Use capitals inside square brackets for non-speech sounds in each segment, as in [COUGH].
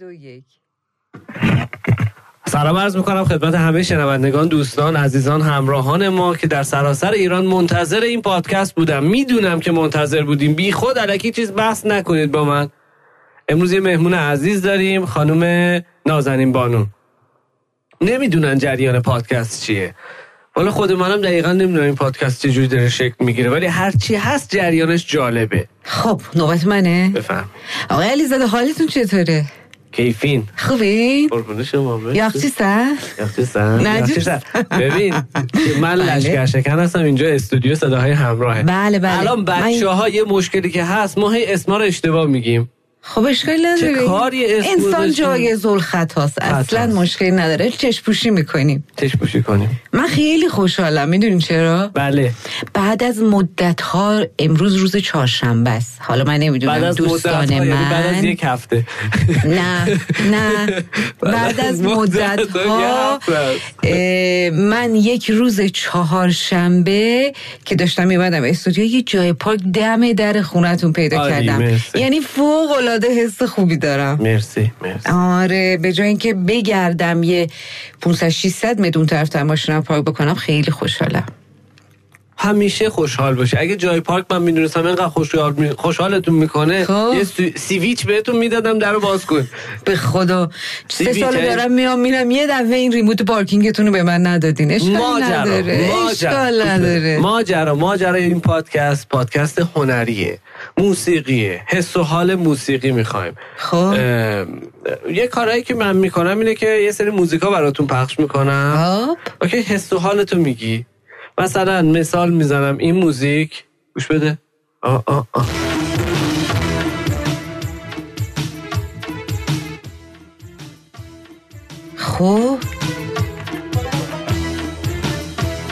دو یک سلام عرض میکنم خدمت همه شنوندگان دوستان عزیزان همراهان ما که در سراسر ایران منتظر این پادکست بودم میدونم که منتظر بودیم بی خود علکی چیز بحث نکنید با من امروز یه مهمون عزیز داریم خانم نازنین بانو نمیدونن جریان پادکست چیه والا خود منم دقیقا نمیدونم این پادکست چجوری داره شکل میگیره ولی هرچی هست جریانش جالبه خب نوبت منه بفهم آقای علیزاده حالتون چطوره کیفین خوبین قربون شما خب، مرسی. یاخچی سر یخچی سن؟ نه، یخچی جوش. سن. ببین من لشگر شکن هستم اینجا استودیو صداهای همراهه بله، بله. الان بچه ها یه مشکلی که هست ما هی اسما رو اشتباه میگیم خب اشکالی نداره چه کاری اسم انسان گذاشتیم؟ جایز الخطاست اصلا خطاست. مشکلی نداره چشم پوشی میکنیم تش پوشی کنیم من خیلی خوشحالم میدونین چرا بله بعد از مدت ها امروز روز چهارشنبه است حالا من بعد نمیدونم از مدت دوستان یعنی بعد از من یک [LAUGHS] هفته نه [LAUGHS] بله. نه بعد از مدت ها من یک روز چهارشنبه که داشتم میبندم استودیو یه جای پارک دم در خونتون پیدا عالی، کردم آره، مرسی. یعنی فوق العاده حس خوبی دارم مرسی مرسی آره به جای اینکه بگردم یه 500 600 متر اون طرف تا ماشینم پارک بکنم خیلی خوشحالم همیشه خوشحال باشه اگه جای پارک من میدونستم اینقدر خوشحال می- خوشحالتون میکنه خب. یه سو- سیویچ بهتون میدادم در رو باز کن به خدا سه دیدی سال که- دارم میام میرم یه دفعه این ریموت پارکینگتون رو به من ندادین اشکال نداره اشکال نداره ماجرا ماجرا این پادکست پادکست هنریه موسیقیه حس و حال موسیقی میخوایم خب. یه کارهایی که من میکنم اینه که یه سری موزیکا براتون پخش میکنم خب اوکی حس و حالتو میگی مثلا مثال میزنم این موزیک گوش بده آ آ آ. خب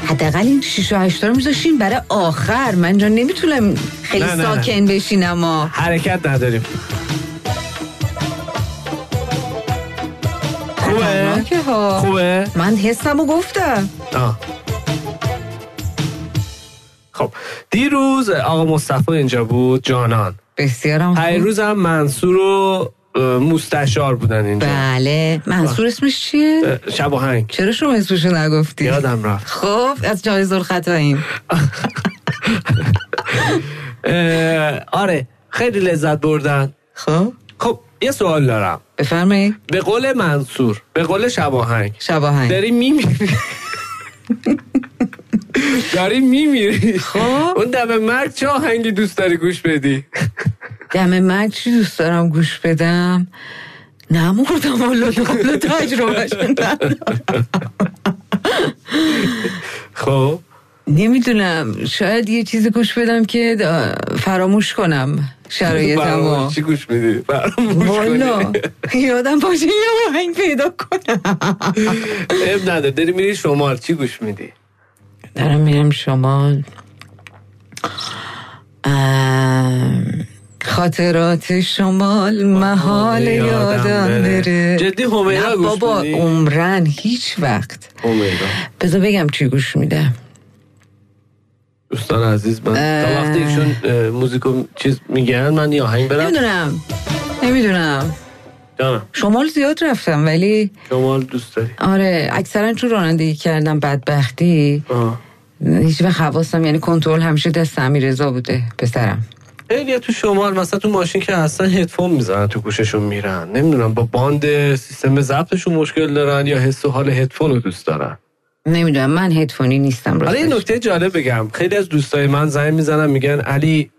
حداقل این 6 و 8 رو میذاشین برای آخر من اینجا نمیتونم خیلی نه، نه، نه. ساکن بشینم ها حرکت نداریم خوبه خطرناکه ها. خوبه من حسم رو گفتم آه. خب دیروز آقا مصطفی اینجا بود جانان بسیارم خوب. پیروز هم منصور و اه، مستشار بودن اینجا بله منصور اسمش چیه؟ اه، شب و هنگ چرا شما اسمشو نگفتی؟ یادم رفت خب از جایز الخطایین اه، آره خیلی لذت بردن خب خب یه سوال دارم بفرمایید به قول منصور به قول شباهنگ شباهنگ داری [LAUGHS] میمیری داری میمیری خب. اون دم مرگ چه آهنگی دوست داری گوش بدی دم مرگ چی دوست دارم گوش بدم نمردم حالا حالا تجربهش [LAUGHS] خب نمیدونم شاید یه چیزی گوش بدم که دا- فراموش کنم شرایطمو فراموش. چی گوش میدی فراموش والا کنی. یادم باشه یه آهنگ پیدا کنم عیب نداره داری میری شمال چی گوش میدی دارم میرم شمال ام، خاطرات شمال محال یادم بره جدی نه همیرا گوش بابا میدی عمرن هیچ وقت همیرا بذار بگم چی گوش میدم دوستان عزیز من تا اه. وقتی ایشون اه، موزیکو چیز میگن من یه آهنگ برم نمیدونم نمیدونم جانم شمال زیاد رفتم ولی شمال دوست داری آره اکثرا چون رانندگی کردم بدبختی آه. هیچ وقت حواسم یعنی کنترل همیشه دست امیررضا بوده پسرم خیلی تو شمال مثلا تو ماشین که هستن هدفون میزنن تو گوششون میرن نمیدونم با باند سیستم ضبطشون مشکل دارن یا حس و حال هدفون رو دوست دارن نمیدونم من هدفونی نیستم حالا یه راستش. نکته جالب بگم خیلی از دوستای من زنگ میزنن میگن علی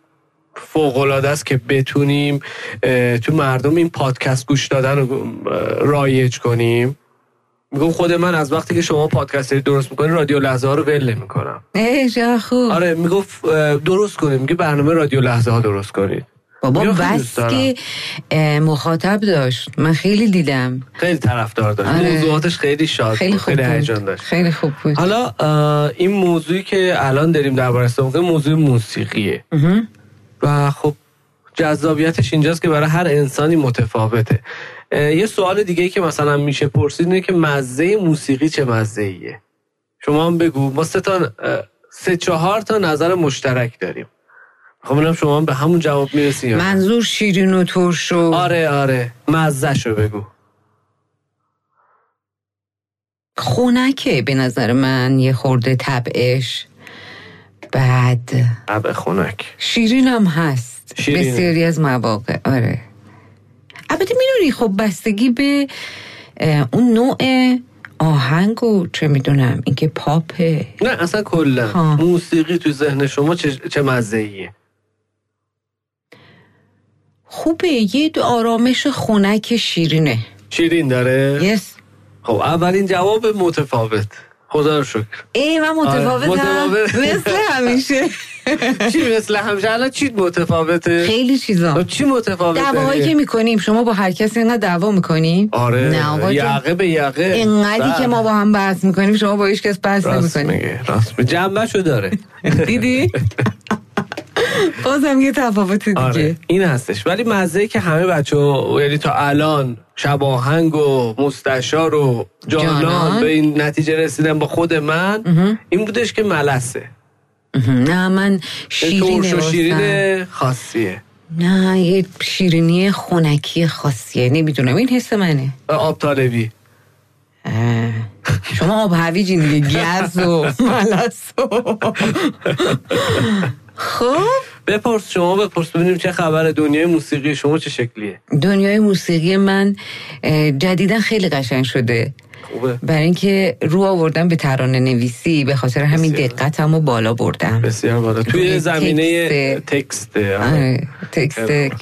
فوق است که بتونیم اه، تو مردم این پادکست گوش دادن رو اه، رایج کنیم میگم خود من از وقتی که شما پادکست دارید درست میکنید رادیو لحظه ها رو ول نمیکنم ای چه خوب آره میگفت اه، درست کنید میگه برنامه رادیو لحظه ها درست کنید بابا میگم خیلی بس دوست دارم. که اه، مخاطب داشت من خیلی دیدم خیلی طرفدار داشت آره. موضوعاتش خیلی شاد خیلی بود، خوب آره، خیلی هیجان بود داشت خیلی خوب بود حالا اه، این موضوعی که الان داریم دربارش صحبت می‌کنیم، موضوع موسیقیه مهم. و خب جذابیتش اینجاست که برای هر انسانی متفاوته اه، یه سوال دیگه که مثلا میشه پرسید اینه که مزه موسیقی چه مزه ایه شما هم بگو ما سه تا اه، سه چهار تا نظر مشترک داریم خب اونم شما به همون جواب میرسی منظور شیرین و ترشو آره آره مزه شو بگو خونکه به نظر من یه خورده طبعش بعد عب خونک شیرین هم هست شیرینه. بسیاری از مواقع آره البته میدونی خب بستگی به اه، اون نوع آهنگ و چه میدونم اینکه پاپه نه اصلا کلا ها. موسیقی تو ذهن شما چه, چه مزه ایه خوبه یه دو آرامش خونک شیرینه شیرین داره یس خب اولین جواب متفاوت خدا رو [LAUGHS] شکر ای من متفاوتم آره، متفاوت. مثل [LAUGHS] همیشه چی مثل همیشه الان چی متفاوته خیلی چیزا خب چی متفاوته دعواهایی که میکنیم شما با هر کسی اینقدر دعوا میکنیم آره نه آقا جون. یقه به یقه بله. اینقدری که ما با هم بحث میکنیم شما با هیچ کس بحث راست نمیکنیم میگه راست میگه جنبه شو [LAUGHS] داره [LAUGHS] دیدی بازم یه تفاوت دیگه آره این هستش ولی مزه که همه بچه یعنی تا الان شب آهنگ و مستشار و جانان, جانان. به این نتیجه رسیدن با خود من این بودش که ملسه نه من یه ترش شیرینه و واسم. شیرین خاصیه نه یه شیرینی خونکی خاصیه نمیدونم این حس منه آب طالبی اه. شما آب هویجین دیگه گز [LAUGHS] و ملس و خب بپرس شما بپرس ببینیم چه خبر دنیای موسیقی شما چه شکلیه دنیای موسیقی من اه، جدیدا خیلی قشنگ شده خوبه برای اینکه رو آوردم به ترانه نویسی به خاطر همین بسیار. دقتم و بالا بردم بسیار بالا توی توی زمینه تکست. تکست آره، تکست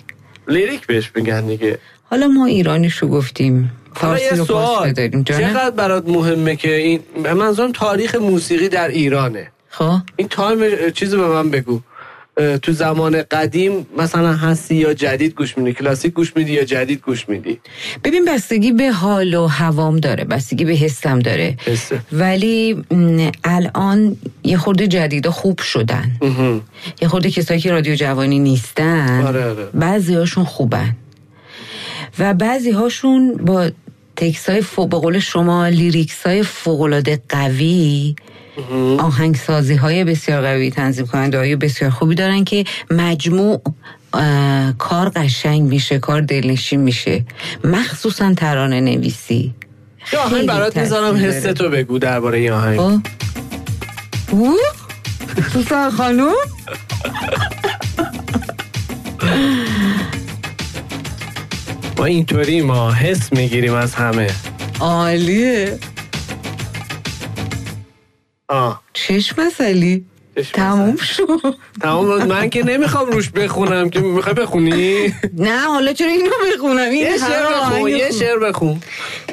لیریک بهش میگن دیگه حالا ما ایرانیشو گفتیم حالا فارسی یه رو پاس سوال بداریم جانم چقدر برات مهمه که این به منظورم تاریخ موسیقی در ایرانه خب این تایم اه، چیز رو به من بگو اه، تو زمان قدیم مثلا هستی یا جدید گوش میدی کلاسیک گوش میدی یا جدید گوش میدی ببین بستگی به حال و هوام داره بستگی به حسم داره حسه. ولی م، الان یه خورده جدیدا خوب شدن یه خورده کسایی که رادیو جوانی نیستن آره، آره. بعضی هاشون خوبن و بعضی هاشون با تکس های فوق به قول شما لیریکس های فوقلاده قوی آهنگ سازی های بسیار قوی تنظیم کننده های بسیار خوبی دارن که مجموع اه، کار قشنگ میشه کار دلنشین میشه مخصوصا ترانه نویسی یا آهنگ خیلی برات تاثیر میذارم داره. حسه تو بگو درباره این آهنگ خب او سوسن خانوم ما اینطوری ما حس میگیریم از همه عالیه آه چشم مسئلی چشم تموم شد تمام بود. من که نمیخوام روش بخونم که میخوای بخونی نه حالا چرا اینو بخونم این یه شعر همه بخون آهنگ یه خوب. شعر بخون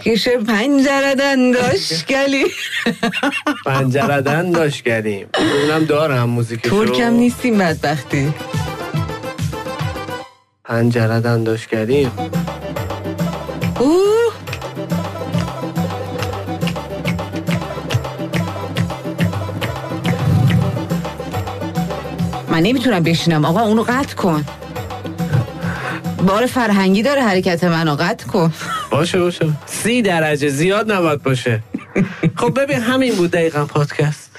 یه شعر پنجره [LAUGHS] دنداش گلی پنجردن داشت کردیم اونم دارم موزیکشو ترکم نیستیم بدبختی پنجردن داشت کردیم اوه من نمیتونم بشینم آقا اونو قطع کن بار فرهنگی داره حرکت منو قطع کن باشه باشه سی درجه زیاد نباید [LAUGHS] باشه خب ببین همین بود دقیقا پادکست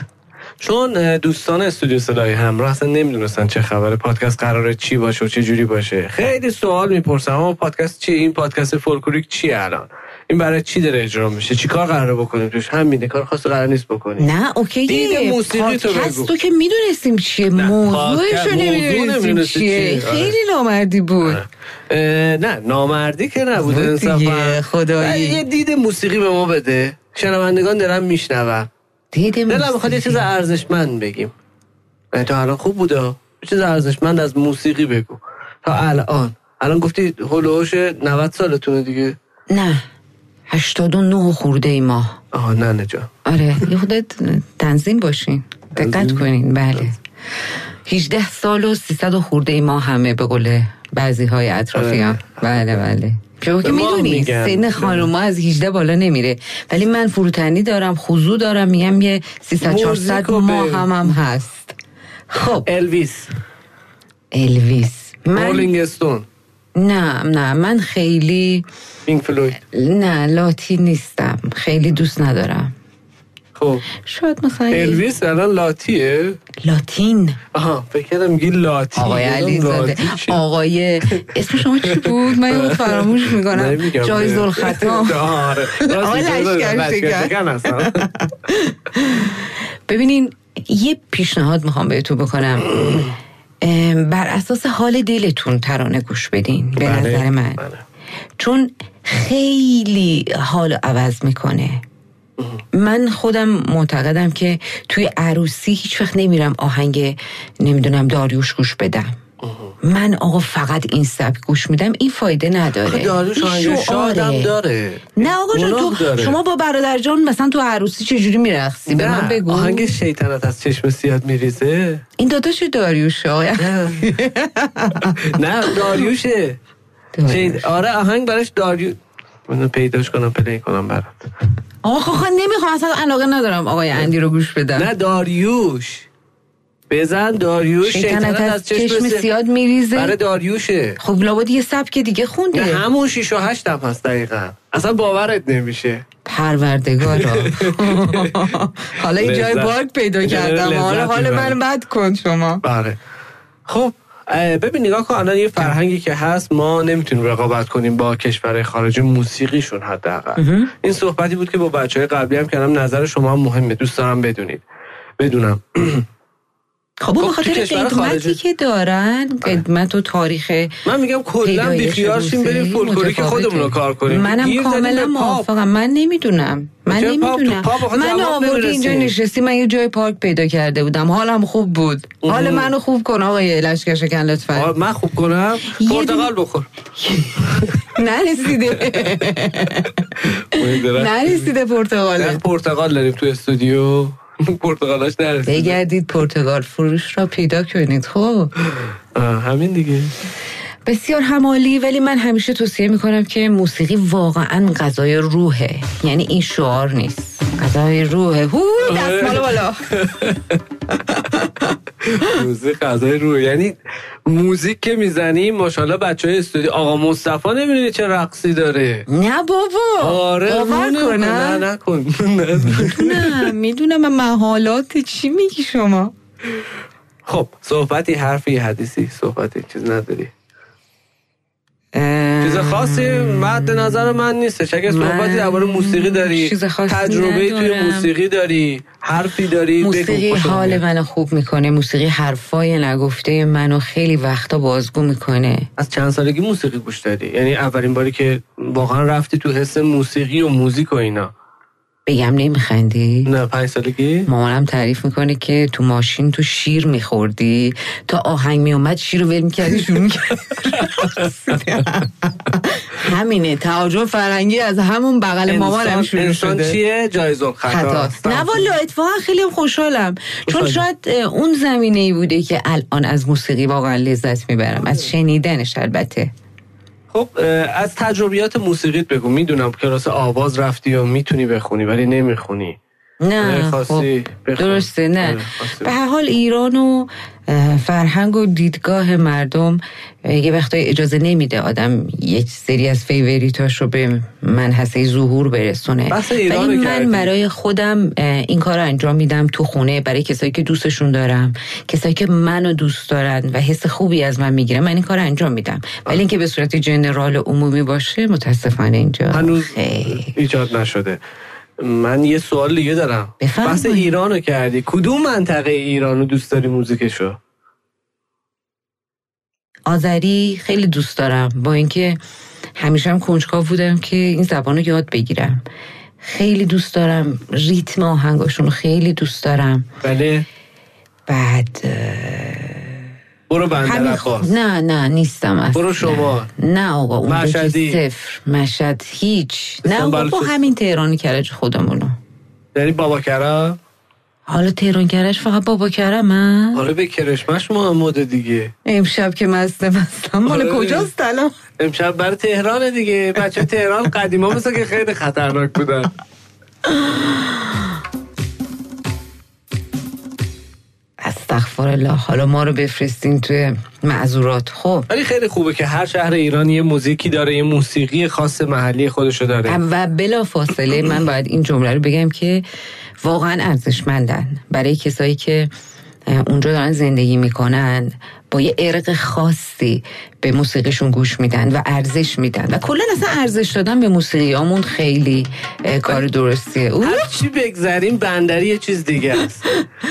چون اه، دوستان استودیو صدای همراه اصلا نمیدونستن چه خبره پادکست قراره چی باشه و چه جوری باشه خیلی سوال میپرسم اما پادکست چی این پادکست فولکلوریک چی الان این برای چی داره اجرا میشه چی کار قراره بکنیم توش همینه کار خاصی قرار نیست بکنیم نه اوکیه دید موسیقی تو پادکست بگو. تو که میدونستیم چیه نه، موضوعش پادکست- رو موضوع نمیدونستیم نمی‌دونستی چیه چیه. آره. خیلی نامردی بود اه، نه نامردی که نبوده بود دیگه، انصافا خدایی. ولی یه دید موسیقی به ما بده شنوندگان دارن میشنون دید دلم میخواد یه چیز موسیقی. ارزشمند بگیم یعنی تا الان خوب بوده یه چیز ارزشمند از موسیقی بگو تا الان الان گفتی هلوهوش 90 سالتونه دیگه نه هشتاد و نه خورده ای ما آها نه نه جان آره یه خود تنظیم باشین دقت کنین بله 18 سال و 300 و خورده ای ما همه به قول بعضی های اطرافیان بله بله شما که آره. به ما میدونی میگن. بله. سن خانوما از 18 بالا نمیره ولی من فروتنی دارم خضوع دارم میگم یه 300 400 موزیکو ما به- هم هم هست خب الویس الویس من رولینگ استون نه نه من خیلی پینک فلوید نه لاتی نیستم خیلی دوست ندارم خب شاید مثلا یه- الویس الان لاتیه لاتین آها فکر کردم میگی لاتی آقای گفتم علی زاده لاتی چی؟ آقای اسم شما چی بود من اون فراموش میکنم نمیگم. جایز الخطا [LAUGHS] آره. راستی، آقای لشکر لشکر شکن. شکن هستم. [LAUGHS] ببینین یه پیشنهاد میخوام بهتون بکنم ام، بر اساس حال دلتون ترانه گوش بدین به بله، نظر من بله. چون خیلی حال عوض میکنه من خودم معتقدم که توی عروسی هیچ وقت نمیرم آهنگ نمیدونم داریوش گوش بدم من آقا فقط این سبک گوش میدم این فایده نداره داریوش این آهنگ شعاره. شادم داره نه آقا جان اونا تو داره. شما با برادر جان مثلا تو عروسی چجوری میرقصی به نه، من بگو آهنگ شیطنت از چشم سیاد میریزه این داداش داریوش آقای [LAUGHS] نه داریوشه داریوش. چه- آره آهنگ براش داریوش منو پیداش کنم پلی کنم برات آقا خب نمیخوام اصلا علاقه ندارم آقای اندی رو گوش بدم نه داریوش بزن داریوش شیطنت از چشم سیاد برای میریزه داریوشه خب لابد یه سبک دیگه نه خونده همون شیش و هشت هم هست دقیقا اصلا باورت نمیشه [LAUGHS] پروردگارا حالا این جای لذت. باگ پیدا کردم آره، لذت حالا حال می‌بری. من بد کن شما آره خب اه، ببین نگاه کن الان یه فرهنگی که هست ما نمیتونیم رقابت کنیم با کشورهای خارجی موسیقیشون حداقل این صحبتی بود که با بچه های قبلی هم کردم نظر شما هم مهمه دوست دارم بدونید بدونم [CLEARS THROAT] خب خب، به تو خاطر کشور قدمتی خارجی. آره. که دارن قدمت و تاریخ من میگم کلا پیدایش بیخیال شیم بریم موسیقی فولکلوری که متفاوته. خودمون رو کار کنیم منم گیر دادیم به کاملا پاپ. موافقم من نمیدونم من چرا پاپ؟ نمیدونم تو پاپ آخه من جواب آوردی نمی‌رسه. اینجا نشستی من یه جای پارک پیدا کرده بودم حالم خوب بود حال منو خوب کن آقای لشکر شکن لطفا آه، من خوب کنم یه دونه- پرتقال بخور [LAUGHS] نرسیده نرسیده نه پرتغاله پرتقال داریم تو استودیو [LAUGHS] پرتقالاش نرسید بگردید پرتغال فروش را پیدا کنید خب آه، همین دیگه بسیار همالی ولی من همیشه توصیه میکنم که موسیقی واقعا غذای روحه یعنی این شعار نیست غذای روحه هو دستمال بالا موزیک غذای رو یعنی موزیک که میزنیم ماشاءالله بچه های استودیو آقا مصطفی نمیدونی چه رقصی داره نه بابا آره باور اونه. کنم نه نکن [LAUGHS] نه. نه میدونم من محالات چی میگی شما خب صحبتی حرفی حدیثی صحبتی چیز نداری چیز خاصی مد نظر من نیستش اگه صحبتی من درباره موسیقی داری چیز خاصی تجربه توی ندارم. موسیقی داری حرفی داری بگو، موسیقی خوشم حال میاد. منو خوب میکنه موسیقی حرفای نگفته منو خیلی وقتا بازگو میکنه از چند سالگی موسیقی گوش دادی یعنی اولین باری که واقعا رفتی تو حس موسیقی و موزیک و اینا بگم نمیخندی نه پنج سالگی مامانم تعریف میکنه که تو ماشین تو شیر میخوردی تا آهنگ میومد شیر رو ول میکردی شروع میکردی [LAUGHS] همینه تعاجب فرنگی از همون بغل مامانم انسان, شروع انسان شده چیه جایز الخطا خطاست نه والا اتفاقا خیلی هم خوشحالم چون خوشحالی. شاید اه، اون زمینه ای بوده که الان از موسیقی واقعا لذت میبرم از شنیدنش البته خب اه، از تجربیات موسیقیت بگو میدونم کلاس آواز رفتی و میتونی بخونی ولی نمیخونی نه خواستی خب، بخون. درسته آره، نه خواستی به هر حال ایران و اه، فرهنگ و دیدگاه مردم اه، یه وقتای اجازه نمیده آدم یک سری از فیوریتاش رو به منحصه ظهور برسونه بحث ایران ولی رو من کردی. برای خودم اه، این کار رو انجام میدم تو خونه برای کسایی که دوستشون دارم کسایی که منو دوست دارن و حس خوبی از من میگیرن من این کار رو انجام میدم ولی اینکه به صورت جنرال و عمومی باشه متاسفانه اینجا هنوز خیلی. ایجاد نشده من یه سوال دیگه دارم بفرمایید. بحث ایران رو کردی کدوم منطقه ایران رو دوست داری موزیکشو آذری خیلی دوست دارم با اینکه همیشه هم کنجکاو بودم که این زبان رو یاد بگیرم خیلی دوست دارم ریتم آهنگاشون رو خیلی دوست دارم بله بعد اه، برو بندر همین خب. خ- عباس نه نه نیستم اصلا برو شما. نه آقا اون مشهدی. صفر مشهد هیچ نه آقا استانبول با چیز. همین تهران کرج خودمونو یعنی بابا کرم حالا تهران کرج فقط بابا کرمم آره به کرشمش محمد دیگه امشب که مست مستم مال آره. کجاست الان امشب برای تهران دیگه بچه تهران قدیما مثل که خیلی خطرناک بودن از استغفر الله حالا ما رو بفرستین توی معذورات خب ولی خیلی خوبه که هر شهر ایران یه موزیکی داره یه موسیقی خاص محلی خودشو داره و بلا فاصله من باید این جمله رو بگم که واقعا ارزشمندن برای کسایی که اونجا دارن زندگی میکنن با یه عرق خاصی به موسیقیشون گوش میدن و ارزش میدن و کلا اصلا ارزش دادن به موسیقیامون خیلی آره. کار درستیه او چی بگذریم بندری یه چیز دیگه است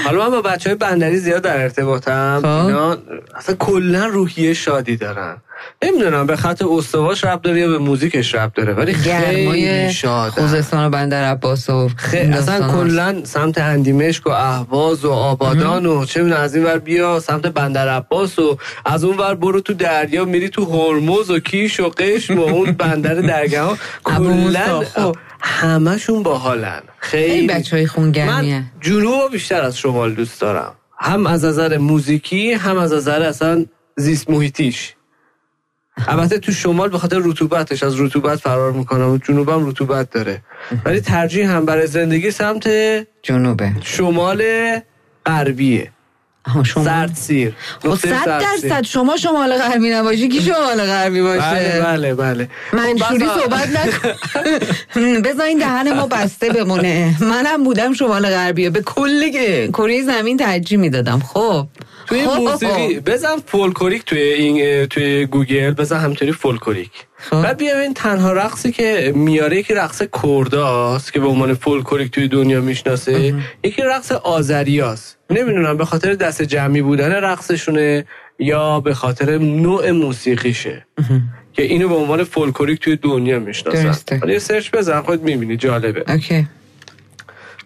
حالا من با بچه های بندری زیاد در ارتباطم اینا اصلا کلا روحیه شادی دارن نمیدونم به خط استواش رب داره یا به موزیکش رب داره ولی خیلی شاد خوزستان و بندر عباس و خیلی اصلا کلا سمت اندیمشک و اهواز و آبادان و چه میدونم از این ور بیا سمت بندر عباس و از اون ور برو تو دریا میری تو هرمز و کیش و قشم و اون بندر درگاه ها کلا همشون باحالن خیلی بچه های خونگرمیه من جنوب بیشتر از شمال دوست دارم هم از نظر موزیکی هم از نظر اصلا زیست محیطیش البته تو شمال به خاطر رطوبتش از رطوبت فرار میکنه و جنوبم رطوبت داره ولی ترجیح هم برای زندگی سمت جنوبه شمال غربیه شما... سرد سیر خب صد درصد شما شمال غربی نباشی کی شمال غربی باشه بله بله بله منشوری صحبت [LAUGHS] نکن بذار این خب، دهن ما بسته بمونه منم بودم شمال غربیه به کل کره زمین ترجیح میدادم خب توی موسیقی بزن فولکوریک توی این توی گوگل بزن همینطوری فولکوریک بعد بیا این تنها رقصی که میاره یکی رقص کرداست که به عنوان فولکوریک توی دنیا میشناسه یکی رقص آذریاست نمیدونم به خاطر دست جمعی بودن رقصشونه یا به خاطر نوع موسیقیشه که اینو به عنوان فولکوریک توی دنیا میشناسن یه سرچ بزن خود میبینی جالبه اوکی.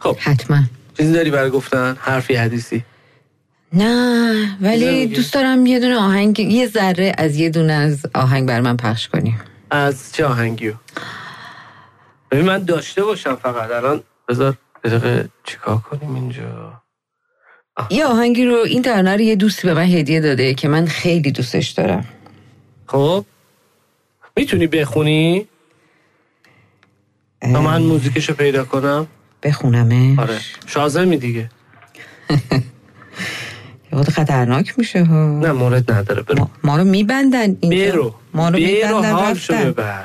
خب حتما چیزی داری برای گفتن حرفی حدیثی نه ولی دوست دارم یه دونه آهنگ یه ذره از یه دونه از آهنگ بر من پخش کنیم از چه آهنگیو ببین من داشته باشم فقط الان بذار دقیقه چیکار کنیم اینجا آه. یه آهنگی رو این ترانه رو یه دوستی به من هدیه داده که من خیلی دوستش دارم خب میتونی بخونی تا من موزیکش رو پیدا کنم بخونمه آره شازمی دیگه یاد خطرناک میشه ها نه مورد نداره برو ما, ما رو میبندن اینجا برو ما رو میبندن رفتن ببر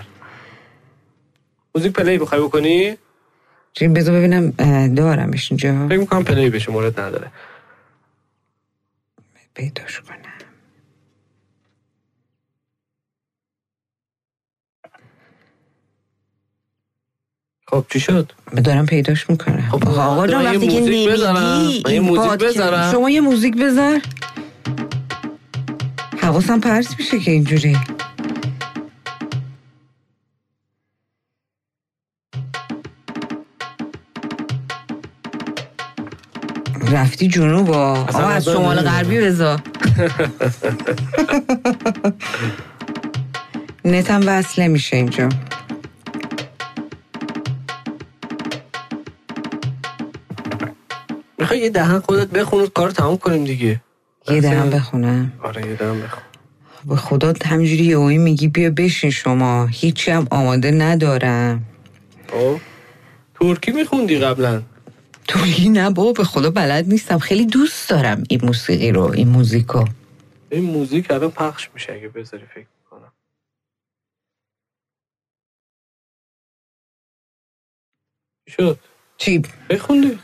موزیک پلی بخوای بکنی چین بذار ببینم دارمش اینجا فکر میکنم پلی بشه مورد نداره پیداش کنم خب چی شد؟ دارم پیداش میکنم خب آقا جان وقتی که نمیگی این موزیک بذارم شما یه موزیک بذار حواسم پرس میشه که اینجوری رفتی جنوب آقا از شمال غربی [LAUGHS] بذار نتم وصله میشه اینجا میخوای یه دهن خودت بخون و کار تمام کنیم دیگه یه دهن بخونم آره یه دهن بخون به خدا همجوری یهویی میگی بیا بشین شما هیچی هم آماده ندارم او خب. ترکی میخوندی قبلا ترکی نه بابا به خدا بلد نیستم خیلی دوست دارم این موسیقی رو این موزیکو این موزیک الان پخش میشه اگه بذاری فکر کنم شد چی؟ بخوندی؟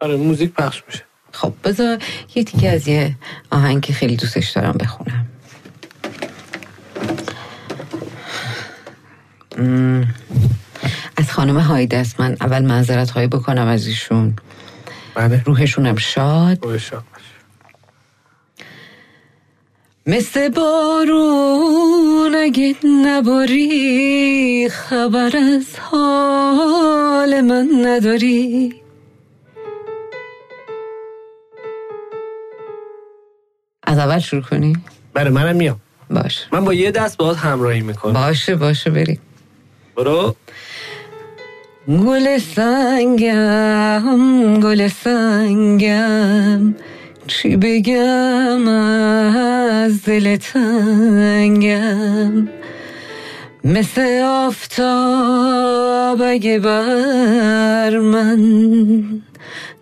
آره موزیک پخش میشه خب بذار یه تیکه از یه آهنگ که خیلی دوستش دارم بخونم از خانم هایده است من اول معذرت خواهی بکنم از ایشون بله خب، روحشونم شاد مثل بارون اگه نباری خبر از حال من نداری از اول شروع کنی؟ بله منم میام باش من با یه دست باهات همراهی میکنم باشه باشه بریم برو گل سنگم گل سنگم چی بگم از دل تنگم مثل آفتاب اگه بر من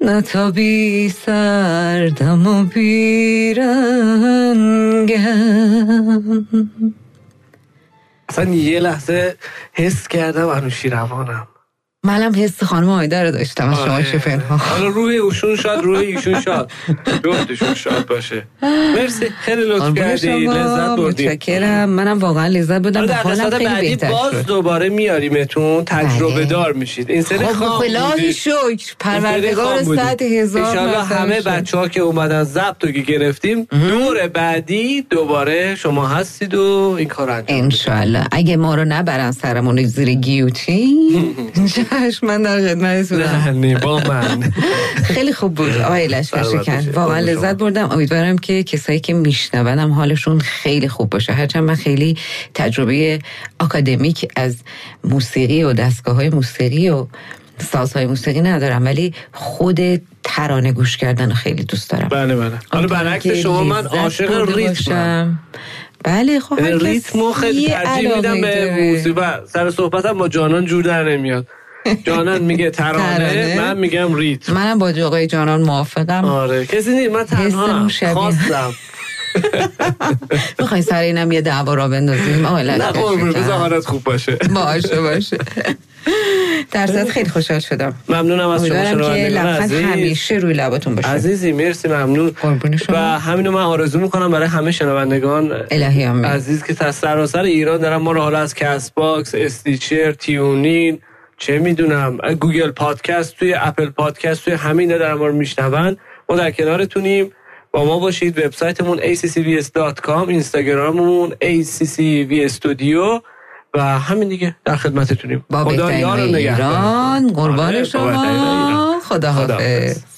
نه تا بی سردم و بیرنگم اصلا یه لحظه حس کردم انوشی روانم منم حس خانم آیده رو داشتم از آره. شما چه پنهان حالا روح اوشون شاد روح ایشون شاد جفتشون شاد باشه مرسی خیلی لطف کردی لذت بردی آره، متشکرم منم واقعا لذت بردم در حالم قسمت خیلی بعدی بهتر باز شد بله. دوباره میاریمتون تجربه دار میشید این سری خب خام خلاهی بودید. شکر این سری پروردگار خام بودید. صد هزار انشالله مثلا همه شد. بچه ها که اومدن ضبط رو که گرفتیم دور بعدی دوباره شما هستید و این کار رو انجام انشالله اگه ما رو نبرن سرمون زیر [LAUGHS] گیوتین چشم من در خدمتتونم نه نه، با [LAUGHS] من خیلی خوب بود آقای لشکر سلامت شکن باشید. واقعا قربون شما. لذت بردم امیدوارم که کسایی که میشنونم حالشون خیلی خوب باشه هرچند من خیلی تجربه اکادمیک از موسیقی و دستگاه های موسیقی و سازهای موسیقی ندارم ولی خود ترانه گوش کردن رو خیلی دوست دارم بله بله حالا آدم برعکس که شما من لذت عاشق برده ریتمم باشم. بله خب هر کس ریتمو خیلی یه ترجیح میدم علاقه‌ای به داره. موسیقی سر صحبتم با جانان جور در نمیاد جانان میگه ترانه [LAUGHS] ترانه. من میگم ریتم منم با آقای جانان موافقم آره کسی نیست من تنها حسمون شبیه. [LAUGHS] خواستم میخوای سر اینم یه دعوا را بندازیم آقای نه لشکر قربون شکن. بذار حالت خوب باشه باشه باشه در صورت خیلی خوشحال شدم ممنونم از شما امیدوارم که شنوندگان لبخند عزیز همیشه روی لباتون باشه عزیزی مرسی ممنون قربون شما. و همینو من آرزو میکنم برای همه شنوندگان الهی آمین عزیز که تا سراسر ایران دارن ما رو حالا از کست باکس استیچر تیونین چه میدونم گوگل پادکست توی اپل پادکست توی همین دارن ما رو میشنون ما در کنارتونیم با ما باشید وبسایتمون accvs.com اینستاگراممون accvstudio و همین دیگه در خدمتتونیم با خدا بهترین یار و نگهدار. ایران قربان آره، با بهترین ایران. شما خداحافظ. خداحافظ